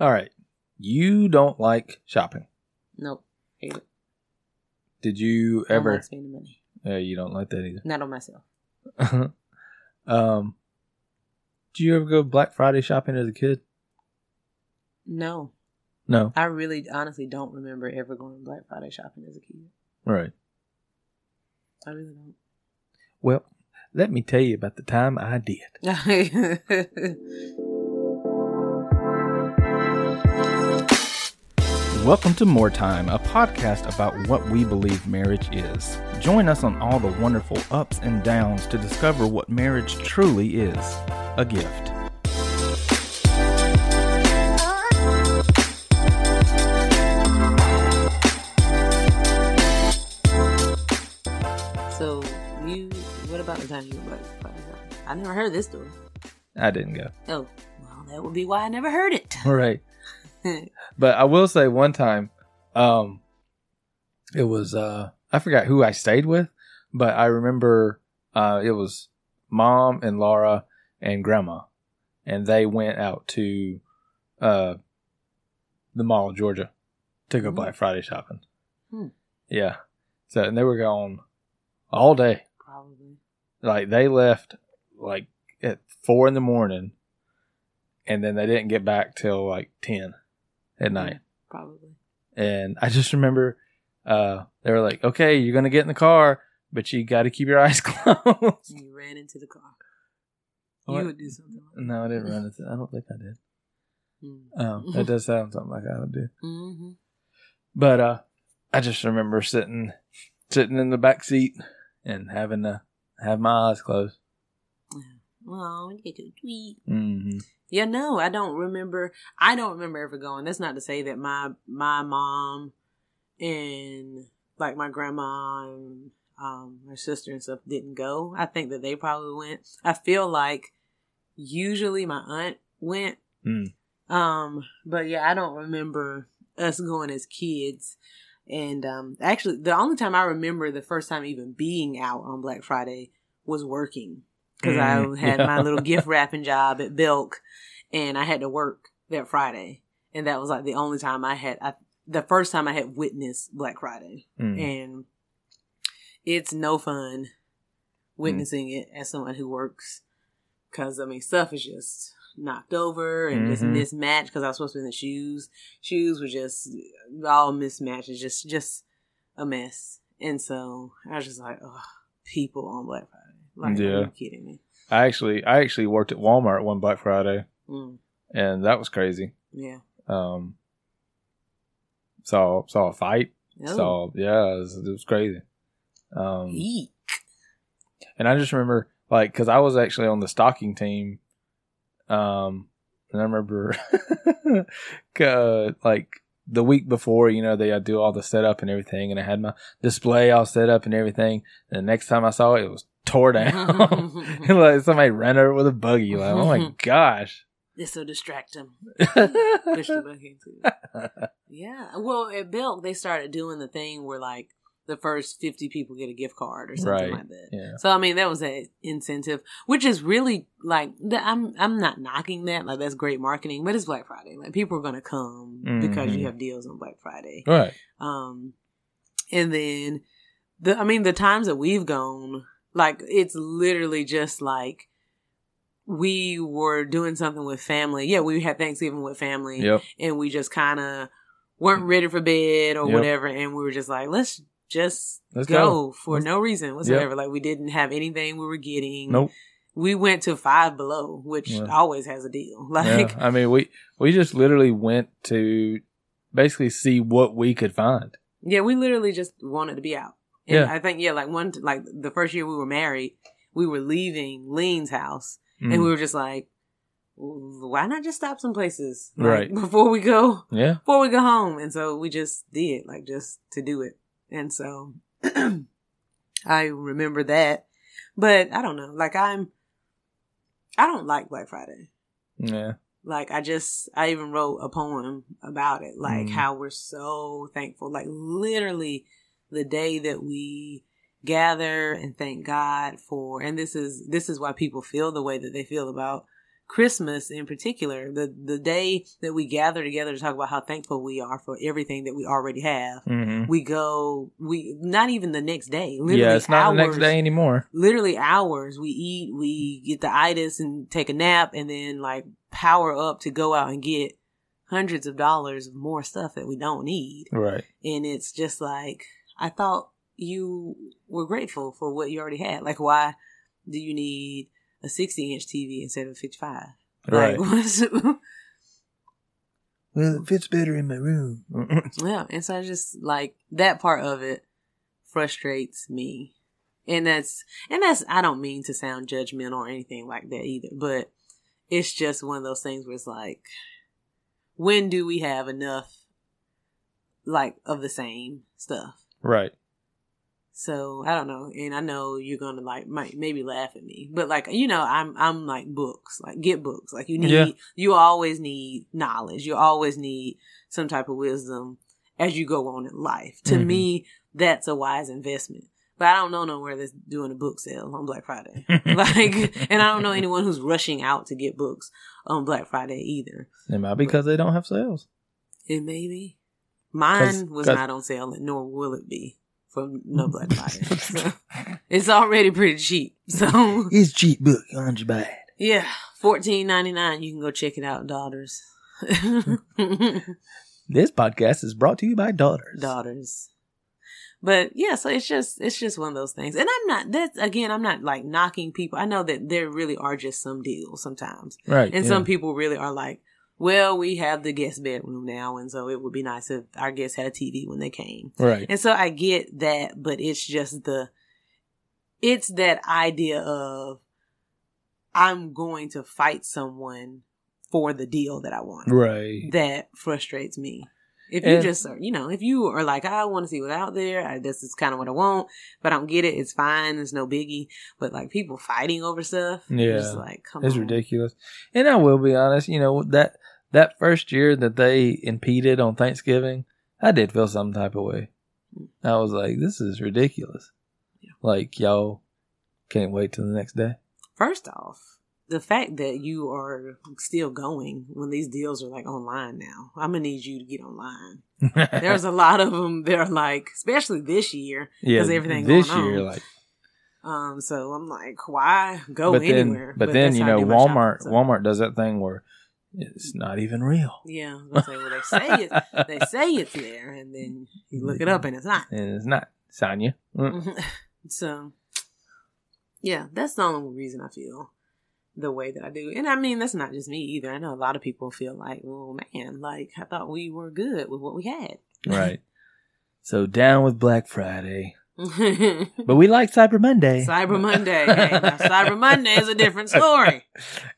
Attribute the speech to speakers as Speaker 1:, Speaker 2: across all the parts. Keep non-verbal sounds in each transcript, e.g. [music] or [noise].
Speaker 1: All right. You don't like shopping.
Speaker 2: Nope. Hate it.
Speaker 1: Did you
Speaker 2: No one
Speaker 1: ever?
Speaker 2: likes spending money.
Speaker 1: [laughs] Yeah, you don't like that either.
Speaker 2: Not on myself.
Speaker 1: [laughs] um, do you ever go Black Friday shopping as a kid?
Speaker 2: No.
Speaker 1: No.
Speaker 2: I really honestly don't remember ever going Black Friday shopping as a kid.
Speaker 1: All right.
Speaker 2: I really don't.
Speaker 1: Well, let me tell you about the time I did.
Speaker 2: Welcome
Speaker 3: Welcome to More Time, a podcast about what we believe marriage is. Join us on all the wonderful ups and downs to discover what marriage truly is a gift.
Speaker 2: [laughs] So you, what about the time you were Black Friday shopping? I never heard this story.
Speaker 1: I didn't go.
Speaker 2: Oh, well, that would be why I never heard it. [laughs]
Speaker 1: All right. But I will say one time, um, it was uh, I forgot who I stayed with, but I remember uh, it was mom and Laura and grandma, and they went out to uh, the mall of Georgia to go
Speaker 2: Mhm.
Speaker 1: Black Friday shopping.
Speaker 2: Hmm.
Speaker 1: Yeah, so and they were gone all day.
Speaker 2: Probably.
Speaker 1: Like they left like at four in the morning, and then they didn't get back till like ten at night.
Speaker 2: Yeah, Probably.
Speaker 1: And I just remember uh, they were like, okay, you're going to get in the car, but you got to keep your [laughs] eyes closed.
Speaker 2: And you ran into the car.
Speaker 1: What?
Speaker 2: You would do something like
Speaker 1: no, I didn't run into I don't think I did.
Speaker 2: that.
Speaker 1: Um,
Speaker 2: [laughs]
Speaker 1: that does sound something like I would do.
Speaker 2: Mm-hmm.
Speaker 1: But uh, I just remember sitting sitting in the back seat and having to have my eyes closed.
Speaker 2: Oh, you could tweet.
Speaker 1: hmm
Speaker 2: Yeah, no, I don't remember. I don't remember ever going. That's not to say that my my mom and like my grandma and um, her sister and stuff didn't go. I think that they probably went. I feel like usually my aunt went.
Speaker 1: Mm.
Speaker 2: Um, but yeah, I don't remember us going as kids. And um, actually, the only time I remember the first time even being out on Black Friday was working because
Speaker 1: Mm, [laughs]
Speaker 2: I had
Speaker 1: yeah.
Speaker 2: my little gift wrapping job at Belk and I had to work that Friday, and that was like the only time I had, I, the first time I had witnessed Black Friday,
Speaker 1: Mm.
Speaker 2: and it's no fun witnessing
Speaker 1: Mm.
Speaker 2: it as someone who works, because I mean stuff is just knocked over and just
Speaker 1: Mhm.
Speaker 2: mismatched because I was supposed to be in the shoes. Shoes were just all mismatched. It's just just a mess, and so I was just like, oh, people on Black Friday. Like, are
Speaker 1: Yeah.
Speaker 2: you kidding me?
Speaker 1: I actually I actually worked at Walmart one Black Friday,
Speaker 2: Mm,
Speaker 1: and that was crazy.
Speaker 2: yeah.
Speaker 1: Um, saw saw a fight.
Speaker 2: Oh,
Speaker 1: Saw yeah, it was, it was crazy. [laughs] Um,
Speaker 2: eek.
Speaker 1: And I just remember, like, because I was actually on the stocking team. Um, and I remember, [laughs] uh, like, the week before, you know, they I do all the setup and everything, and I had my display all set up and everything. And the next time I saw it, it was tore
Speaker 2: [laughs]
Speaker 1: down. [laughs] And, like somebody ran over with a buggy. Like, oh my gosh.
Speaker 2: This will distract them. Push
Speaker 1: [laughs]
Speaker 2: the
Speaker 1: mm-hmm.
Speaker 2: button too. Yeah. Well, at Belk, they started doing the thing where like the first 50 people get a gift card or something
Speaker 1: Right.
Speaker 2: like that.
Speaker 1: Yeah.
Speaker 2: So I mean, that was an incentive, which is really like the, I'm I'm not knocking that. Like that's great marketing, but it's Black Friday. Like people are gonna come because
Speaker 1: Mhm.
Speaker 2: you have deals on Black Friday.
Speaker 1: Right.
Speaker 2: Um, and then the, I mean, the times that we've gone, like, it's literally just like we were doing something with family. Yeah, we had Thanksgiving with family
Speaker 1: Yep.
Speaker 2: and we just kind of weren't ready for bed or
Speaker 1: Mm. Yep.
Speaker 2: whatever. And we were just like, let's just
Speaker 1: Let's
Speaker 2: go, for
Speaker 1: Let's-
Speaker 2: no reason whatsoever. Like, we didn't have anything we were getting.
Speaker 1: Nope.
Speaker 2: We went to Five Below, which
Speaker 1: Yeah.
Speaker 2: always has a deal. [laughs]
Speaker 1: Yeah,
Speaker 2: [laughs] Like,
Speaker 1: I mean, we we just literally went to basically see what we could find.
Speaker 2: Yeah, we literally just wanted to be out. And
Speaker 1: Yeah.
Speaker 2: I think yeah, like one like the first year we were married, we were leaving Lean's house,
Speaker 1: Mm.
Speaker 2: and we were just like, why not just stop some places like,
Speaker 1: Right.
Speaker 2: [laughs] before we go
Speaker 1: yeah,
Speaker 2: before we go home? And so we just did like just to do it, and so [clears throat] I remember that, but I don't know, like I'm, I don't like Black Friday.
Speaker 1: yeah,
Speaker 2: Like I just I even wrote a poem about it, like
Speaker 1: Mm.
Speaker 2: how we're so thankful. Like literally the day that we gather and thank God for and this is this is why people feel the way that they feel about Christmas in particular, the the day that we gather together to talk about how thankful we are for everything that we already have.
Speaker 1: Mm-hmm.
Speaker 2: We go, we not even the next day. Literally
Speaker 1: Yeah, it's not the next
Speaker 2: hours-
Speaker 1: day anymore.
Speaker 2: literally hours. We eat, we get the itis and take a nap and then like power up to go out and get hundreds of dollars of more stuff that we don't need.
Speaker 1: Right.
Speaker 2: And it's just like, I thought you were grateful for what you already had. Like, why do you need a 60 inch TV instead of a 55?
Speaker 1: Right.
Speaker 2: Like, [laughs] what's,
Speaker 1: Well, it fits better in my room.
Speaker 2: [laughs] yeah. And so I just like that part of it frustrates me. And that's, and that's, I don't mean to sound judgmental or anything like that either, but it's just one of those things where it's like, when do we have enough, like, of the same stuff?
Speaker 1: [laughs] right.
Speaker 2: So I don't know, and I know you're gonna like might maybe laugh at me, but like you know, I'm I'm like books, like get books, like you need
Speaker 1: Yeah.
Speaker 2: you always need knowledge, you always need some type of wisdom as you go on in life. To
Speaker 1: Mhm.
Speaker 2: me, that's a wise investment. But I don't know nowhere that's doing a book sale on Black
Speaker 1: [laughs]
Speaker 2: Friday, [laughs] like, and I don't know anyone who's rushing out to get books on Black Friday either.
Speaker 1: It might be because they don't have sales.
Speaker 2: It may be.
Speaker 1: 'Cause-
Speaker 2: Mine was
Speaker 1: 'cause-
Speaker 2: not on sale, nor will it be for
Speaker 1: [laughs]
Speaker 2: no Black Friday. So. It's already pretty cheap. So [laughs]
Speaker 1: It's cheap book. Why do buy it?
Speaker 2: yeah, fourteen ninety nine. You can go check it
Speaker 1: [laughs]
Speaker 2: out, daughters.
Speaker 1: This podcast is brought to you by Daughters.
Speaker 2: daughters. But yeah, so it's just it's just one of those things. And I'm not that's again, I'm not like knocking people. I know that there really are just some deals sometimes.
Speaker 1: Right.
Speaker 2: And
Speaker 1: yeah.
Speaker 2: some people really are like, Well, we have the guest bedroom now and so it would be nice if our guests had a TV when they came.
Speaker 1: Right.
Speaker 2: And so I get that, but it's just the, it's that idea of I'm going to fight someone for the deal that I want.
Speaker 1: Right.
Speaker 2: That frustrates me. If you
Speaker 1: And-
Speaker 2: just are, you know, if you are like, I want to see what's out there, I, this is kind of what I want, but I don't get it, it's fine, it's no biggie. But like people fighting over stuff, I'm
Speaker 1: Yeah.
Speaker 2: just like, come
Speaker 1: It's
Speaker 2: on.
Speaker 1: ridiculous. And I will be honest, you know, that that first year that they impeded on Thanksgiving, I did feel some type of way. I was like, this is ridiculous. Like, y'all can't wait till the next day.
Speaker 2: First off, the fact that you are still going when these deals are like online now, I'm gonna need you to get online. [laughs] There's a lot of them. They're like, especially this year.
Speaker 1: [laughs] yeah,
Speaker 2: 'cause everything
Speaker 1: this
Speaker 2: going on.
Speaker 1: year, like,
Speaker 2: Um, so I'm like, why go
Speaker 1: but then,
Speaker 2: anywhere?
Speaker 1: but then
Speaker 2: that's
Speaker 1: you
Speaker 2: how I
Speaker 1: know,
Speaker 2: do my shopping,
Speaker 1: Walmart,
Speaker 2: so-
Speaker 1: Walmart does that thing where it's not even real.
Speaker 2: Yeah, I was gonna say, well, they
Speaker 1: [laughs]
Speaker 2: [laughs] say it. They say it's there, and then you look it up, and it's not. [laughs]
Speaker 1: and it's not Sonya. Mm.
Speaker 2: so, yeah, that's the only reason I feel the way that I do. And I mean, that's not just me either. I know a lot of people feel like, well, man, like I thought we were good with what we had. [laughs]
Speaker 1: Right. So down with Black Friday, but we like Cyber Monday.
Speaker 2: Cyber Monday. Hey, now Cyber Monday is a different story.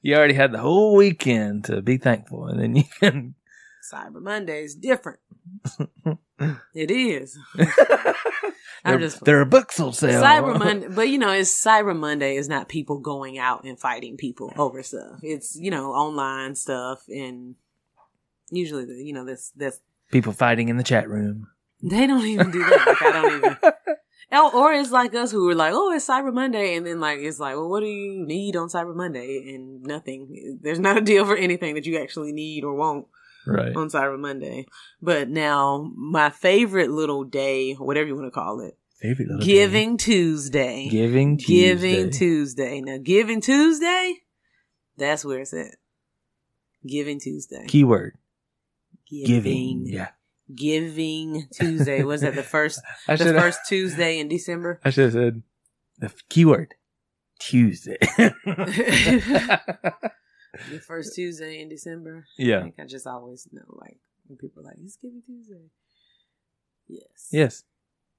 Speaker 1: You already had the whole weekend to be thankful, and then you
Speaker 2: [laughs]
Speaker 1: can.
Speaker 2: Cyber Monday is different. it is.
Speaker 1: there,
Speaker 2: I'm just
Speaker 1: there are books on sale.
Speaker 2: Cyber Monday, but you know, it's Cyber Monday is not people going out and fighting people over stuff. It's you know online stuff, and usually the, you know this this
Speaker 1: People fighting in the chat room.
Speaker 2: they don't even do that. [laughs] Like, I don't even. [laughs] Or- Or it's like us who were like, oh, it's Cyber Monday, and then like it's like, well, what do you need on Cyber Monday? And nothing. There's not a deal for anything that you actually need or want [laughs]
Speaker 1: Right.
Speaker 2: on Cyber Monday. But now my favorite little day, whatever you want to call it,
Speaker 1: Favorite little day.
Speaker 2: Giving Tuesday.
Speaker 1: Giving.
Speaker 2: Giving
Speaker 1: Tuesday.
Speaker 2: Tuesday. Now Giving Tuesday, that's where it's at. Giving Tuesday.
Speaker 1: Keyword.
Speaker 2: giving.
Speaker 1: Giving. Yeah.
Speaker 2: Giving Tuesday. Was
Speaker 1: [laughs]
Speaker 2: that the first
Speaker 1: I
Speaker 2: the
Speaker 1: should.
Speaker 2: first Tuesday in December?
Speaker 1: I should have said the f- keyword. Tuesday.
Speaker 2: The first Tuesday in December. I
Speaker 1: [laughs] yeah.
Speaker 2: think I just always know like when people are like, It's Giving Tuesday. Yes.
Speaker 1: Yes.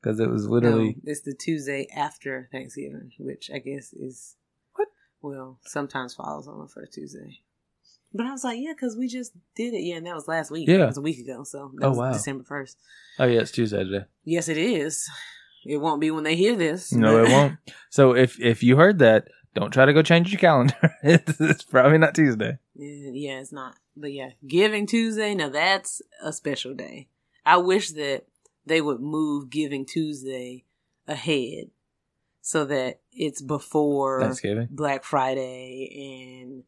Speaker 1: Because it was literally.
Speaker 2: No, it's the Tuesday after Thanksgiving, which I guess is
Speaker 1: What?
Speaker 2: Well, sometimes falls on the first Tuesday. But I was like, yeah, because we just did it. Yeah, and that was last week.
Speaker 1: Yeah.
Speaker 2: That was a week ago. So that
Speaker 1: Oh,
Speaker 2: was
Speaker 1: wow.
Speaker 2: December 1st.
Speaker 1: Oh yeah, it's Tuesday today.
Speaker 2: Yes, it is. It won't be when they hear this.
Speaker 1: No, it won't. So if if you heard that, don't try to go change your calendar. [laughs] it's, it's probably not Tuesday.
Speaker 2: [laughs] yeah, yeah, it's not. But yeah, Giving Tuesday, now that's a special day. I wish that they would move Giving Tuesday ahead so that it's before.
Speaker 1: Thanksgiving.
Speaker 2: Black Friday and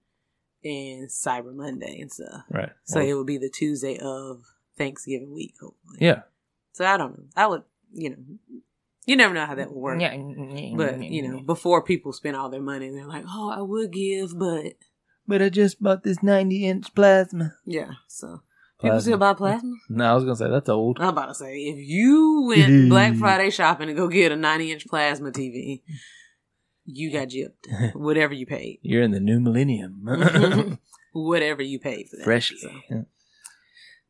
Speaker 2: and Cyber Monday and stuff.
Speaker 1: Right.
Speaker 2: So
Speaker 1: Well,
Speaker 2: it would be the Tuesday of Thanksgiving week, hopefully.
Speaker 1: yeah.
Speaker 2: So I don't know. I would, you know, you never know how that would work. But
Speaker 1: [laughs]
Speaker 2: you know, before people spend all their money, they're like, "Oh, I would give," but
Speaker 3: But I just bought this 90 inch plasma.
Speaker 2: yeah. So people
Speaker 1: Plasma.
Speaker 2: still buy plasma.
Speaker 1: No, I was gonna say that's old.
Speaker 2: [laughs] I'm about to say, if you
Speaker 1: [laughs]
Speaker 2: went Black Friday shopping to go get a 90 inch plasma TV, you
Speaker 1: [laughs]
Speaker 2: got gypped. Whatever you paid, [laughs]
Speaker 1: You're in the new millennium.
Speaker 2: whatever you paid for
Speaker 1: [laughs]
Speaker 2: that. So,
Speaker 1: Freshly.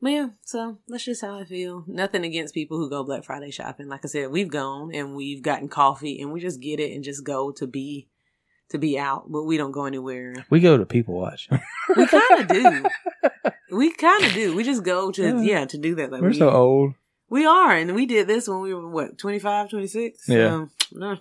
Speaker 2: but yeah, so that's just how I feel. Nothing against people who go Black Friday shopping. Like I said, we've gone and we've gotten coffee and we just get it and just go to be to be out, but we don't go anywhere.
Speaker 1: We go to people watch.
Speaker 2: We kind of do.
Speaker 1: [laughs]
Speaker 2: We kind of do. We just go to yeah, to do that. Like
Speaker 1: We're
Speaker 2: we,
Speaker 1: so old.
Speaker 2: we are, and we did this when we were what 25, 26? So,
Speaker 1: Yeah. Hmm.
Speaker 2: no.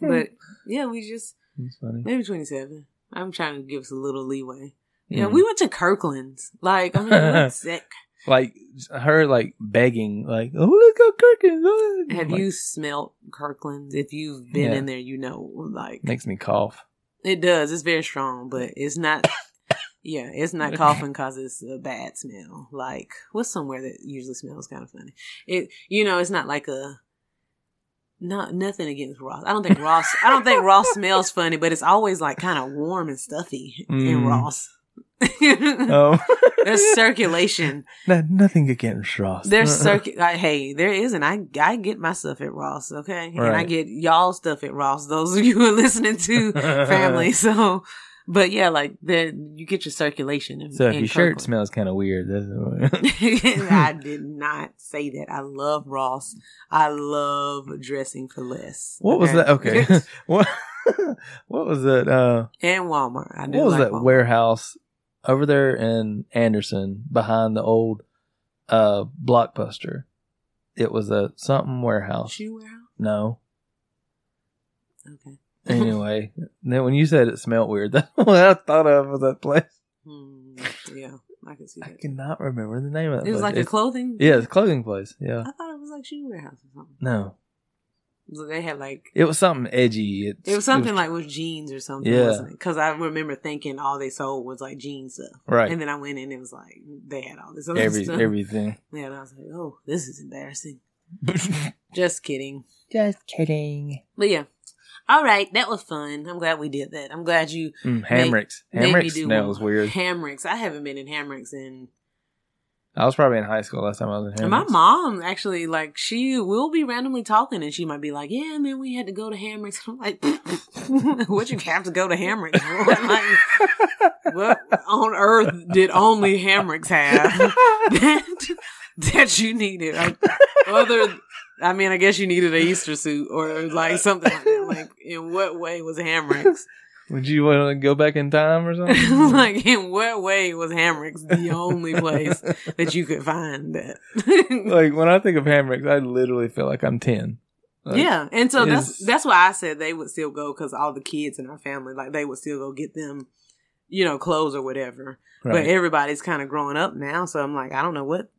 Speaker 2: But yeah, we just
Speaker 1: It's funny.
Speaker 2: maybe twenty seven. I'm trying to give us a little leeway. Yeah,
Speaker 1: Hmm.
Speaker 2: we went to Kirkland's. Like I
Speaker 1: [laughs]
Speaker 2: mean, that's sick.
Speaker 1: like her like begging, like, oh look how Kirkland. oh."
Speaker 2: Have
Speaker 1: Like,
Speaker 2: you smelt Kirkland's? If you've been
Speaker 1: Yeah.
Speaker 2: in there, you know. Like
Speaker 1: makes me cough.
Speaker 2: it does. It's very strong, but it's not. [coughs] Yeah,
Speaker 1: [laughs]
Speaker 2: it's not coughing because it's a bad smell. Like what's somewhere that usually smells kind of funny. It you know it's not like a. Not nothing against Ross. I don't think Ross. I don't think Ross smells funny, but it's always like kind of warm and stuffy in
Speaker 1: Mm.
Speaker 2: Ross. [laughs]
Speaker 1: [laughs] Um,
Speaker 2: There's circulation.
Speaker 1: no- nothing against Ross. [laughs]
Speaker 2: There's circuit. Like, hey, there is, and I I get my stuff at Ross, okay, and I
Speaker 1: Right.
Speaker 2: get y'all stuff at Ross. Those of you who are listening to
Speaker 1: [laughs]
Speaker 2: family, so. But yeah, like then you get your circulation. In,
Speaker 1: So if
Speaker 2: in
Speaker 1: your shirt
Speaker 2: Kirkland.
Speaker 1: smells kind of weird, that's [laughs]
Speaker 2: [laughs] I did not say that. I love Ross. I love dressing for less.
Speaker 1: what was that? Okay, [laughs] what what was that? Uh,
Speaker 2: [laughs] and Walmart. I do
Speaker 1: what was
Speaker 2: like
Speaker 1: that
Speaker 2: Walmart.
Speaker 1: warehouse over there in Anderson behind the old uh blockbuster? It was a something warehouse.
Speaker 2: shoe warehouse?
Speaker 1: No.
Speaker 2: Okay.
Speaker 1: Anyway, then when you said it smelled weird, [laughs] that's what I thought of was that place.
Speaker 2: Hmm, yeah, I can see
Speaker 1: I
Speaker 2: that.
Speaker 1: cannot remember the name of that
Speaker 2: It was
Speaker 1: place.
Speaker 2: like a
Speaker 1: It's-
Speaker 2: clothing.
Speaker 1: yeah, it's a clothing place. Yeah.
Speaker 2: I thought it was like shoe warehouse or something.
Speaker 1: No,
Speaker 2: So they had like
Speaker 1: it was something edgy. It's,
Speaker 2: It was something like with jeans or something,
Speaker 1: Yeah.
Speaker 2: wasn't it? Because I remember thinking all they sold was like jean stuff,
Speaker 1: right.
Speaker 2: and then I went in and it was like they had all this other
Speaker 1: Every
Speaker 2: stuff. [laughs]
Speaker 1: everything.
Speaker 2: yeah, and I was like, oh, this is embarrassing. Just kidding.
Speaker 3: Just kidding.
Speaker 2: But yeah, all right, that was fun. I'm glad we did that. I'm glad you
Speaker 1: Mm, Hamricks.
Speaker 2: made me
Speaker 1: Hamricks
Speaker 2: do
Speaker 1: smells
Speaker 2: one.
Speaker 1: weird.
Speaker 2: Hamricks. I haven't been in Hamricks in.
Speaker 1: I was probably in high school last time I was in
Speaker 2: And my
Speaker 1: Hamricks.
Speaker 2: mom actually like she will be randomly talking and she might be like, "Yeah, man, we had to go to Hamricks." [laughs] I'm like, "What you have to go to [laughs] Hamricks for?" like, what on earth did only Hamricks have [laughs] that, that you needed? Like, other, I mean, I guess you needed a Easter suit or like something like that. Like, in what way was Hamricks?
Speaker 1: [laughs] Would you want to go back in time or something?
Speaker 2: [laughs] like, in what way was Hamricks the only place that you could find that? [laughs]
Speaker 1: like when I think of Hamricks, I literally feel like I'm ten. Like,
Speaker 2: yeah, and so that's
Speaker 1: is-
Speaker 2: that's why I said they would still go because all the kids in our family, like, they would still go get them, you know, clothes or whatever.
Speaker 1: right.
Speaker 2: But everybody's kind of growing up now, so I'm like, I don't know what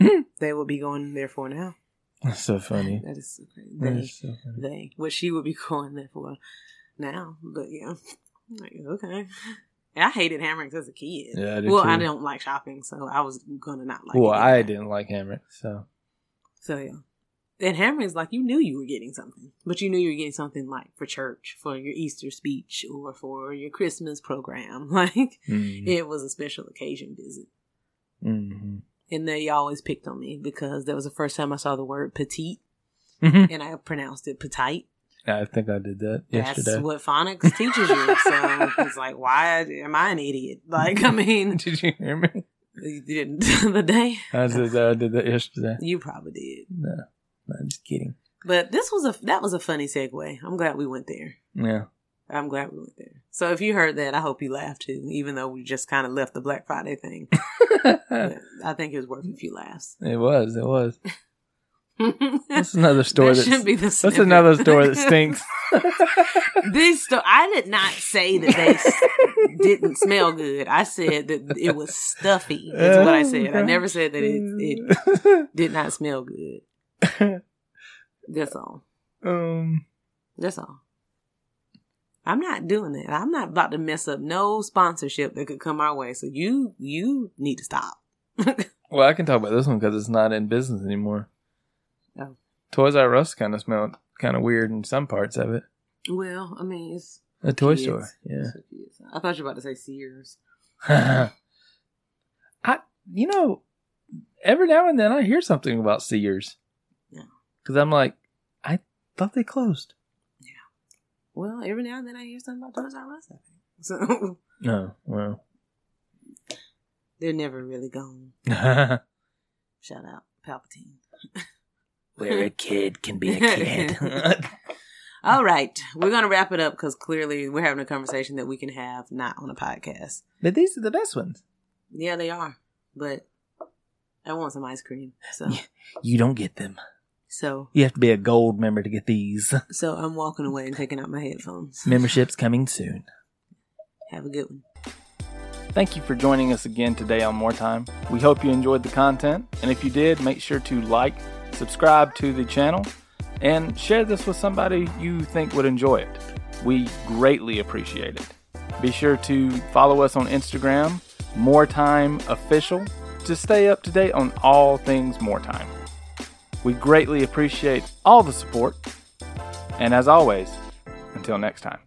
Speaker 1: Hmm.
Speaker 2: they will be going there for now.
Speaker 1: That's [laughs] so funny.
Speaker 2: That is so crazy.
Speaker 1: That
Speaker 2: They,
Speaker 1: is so funny.
Speaker 2: they, what she would be [laughs] going there for now. But yeah, I'm like okay. And I hated Hamricks as a kid.
Speaker 1: Yeah, I did
Speaker 2: well, I
Speaker 1: too.
Speaker 2: don't like shopping, so I was gonna not like.
Speaker 1: Well,
Speaker 2: it
Speaker 1: I
Speaker 2: anyway.
Speaker 1: didn't like Hamricks, so
Speaker 2: So yeah, and Hamricks like you knew you were getting something, but you knew you were getting something like for church, for your Easter speech, or for your Christmas program. [laughs] Like
Speaker 1: mm,
Speaker 2: it was a special occasion visit. Mm-hmm.
Speaker 1: mhm.
Speaker 2: and they always picked on me because that was the first time I saw the word petite, and I pronounced it petite.
Speaker 1: I think I did that yesterday.
Speaker 2: That's what phonics teaches you. So it's like, why am I an idiot? Like, I
Speaker 1: [laughs]
Speaker 2: mean,
Speaker 1: did you hear me?
Speaker 2: you didn't [laughs] the other day.
Speaker 1: I said that I did that yesterday.
Speaker 2: You probably did,
Speaker 1: No, no, I'm just kidding.
Speaker 2: but this was a that was a funny segue. I'm glad we went there.
Speaker 1: Yeah, [laughs]
Speaker 2: I'm glad we went there. So if you heard that, I hope you laughed too, even though we just kind of left the Black Friday
Speaker 1: [laughs]
Speaker 2: thing. But I think it was worth a few laughs. [laughs]
Speaker 1: it was. It was.
Speaker 2: that
Speaker 1: That's
Speaker 2: [laughs]
Speaker 1: another story. That's,
Speaker 2: should be the
Speaker 1: that's
Speaker 2: snippet.
Speaker 1: another story that
Speaker 2: [laughs]
Speaker 1: stinks.
Speaker 2: These sto- I did not say that they s- didn't smell good. I said that it was stuffy. Is
Speaker 1: Oh,
Speaker 2: what I said. I never said that it, it did not smell good.
Speaker 1: [laughs]
Speaker 2: That's all.
Speaker 1: um.
Speaker 2: That's all. I'm not doing that. I'm not about to mess up no sponsorship that could come our way. So you you need to stop.
Speaker 1: Well, I can talk about this one because it's not in business anymore.
Speaker 2: Oh.
Speaker 1: Toys R Us kind of smelled kind of weird in some parts of it.
Speaker 2: well, I mean, it's
Speaker 1: A toy
Speaker 2: Kids.
Speaker 1: store, yeah.
Speaker 2: I thought you were about to say Sears.
Speaker 1: [laughs] I, you know, every now and then I hear something about Sears.
Speaker 2: Yeah.
Speaker 1: Because I'm like, I thought they closed.
Speaker 2: Well, every now and then I hear something about Toys R Us. I think. So [laughs]
Speaker 1: No, [laughs] well,
Speaker 2: they're never really gone.
Speaker 1: where
Speaker 2: Shout out [laughs] Palpatine.
Speaker 1: a kid can [laughs] be a kid.
Speaker 2: All right, we're gonna wrap it up because clearly we're having a conversation that we can have not on a podcast.
Speaker 1: but these are the best ones.
Speaker 2: Yeah, they are, but I want some ice cream. [laughs] So
Speaker 1: You don't get them.
Speaker 2: so
Speaker 1: You have to be a gold member to get [laughs] these.
Speaker 2: so I'm walking away and taking out my headphones.
Speaker 1: Memberships coming soon.
Speaker 2: Have a good one.
Speaker 3: Thank you for joining us again today on More Time. We hope you enjoyed the content, and if you did, make sure to like, subscribe to the channel, and share this with somebody you think would enjoy it. We greatly appreciate it. Be sure to follow us on Instagram, More Time Official, to stay up to date on all things More Time. We greatly appreciate all the support, and as always, until next time.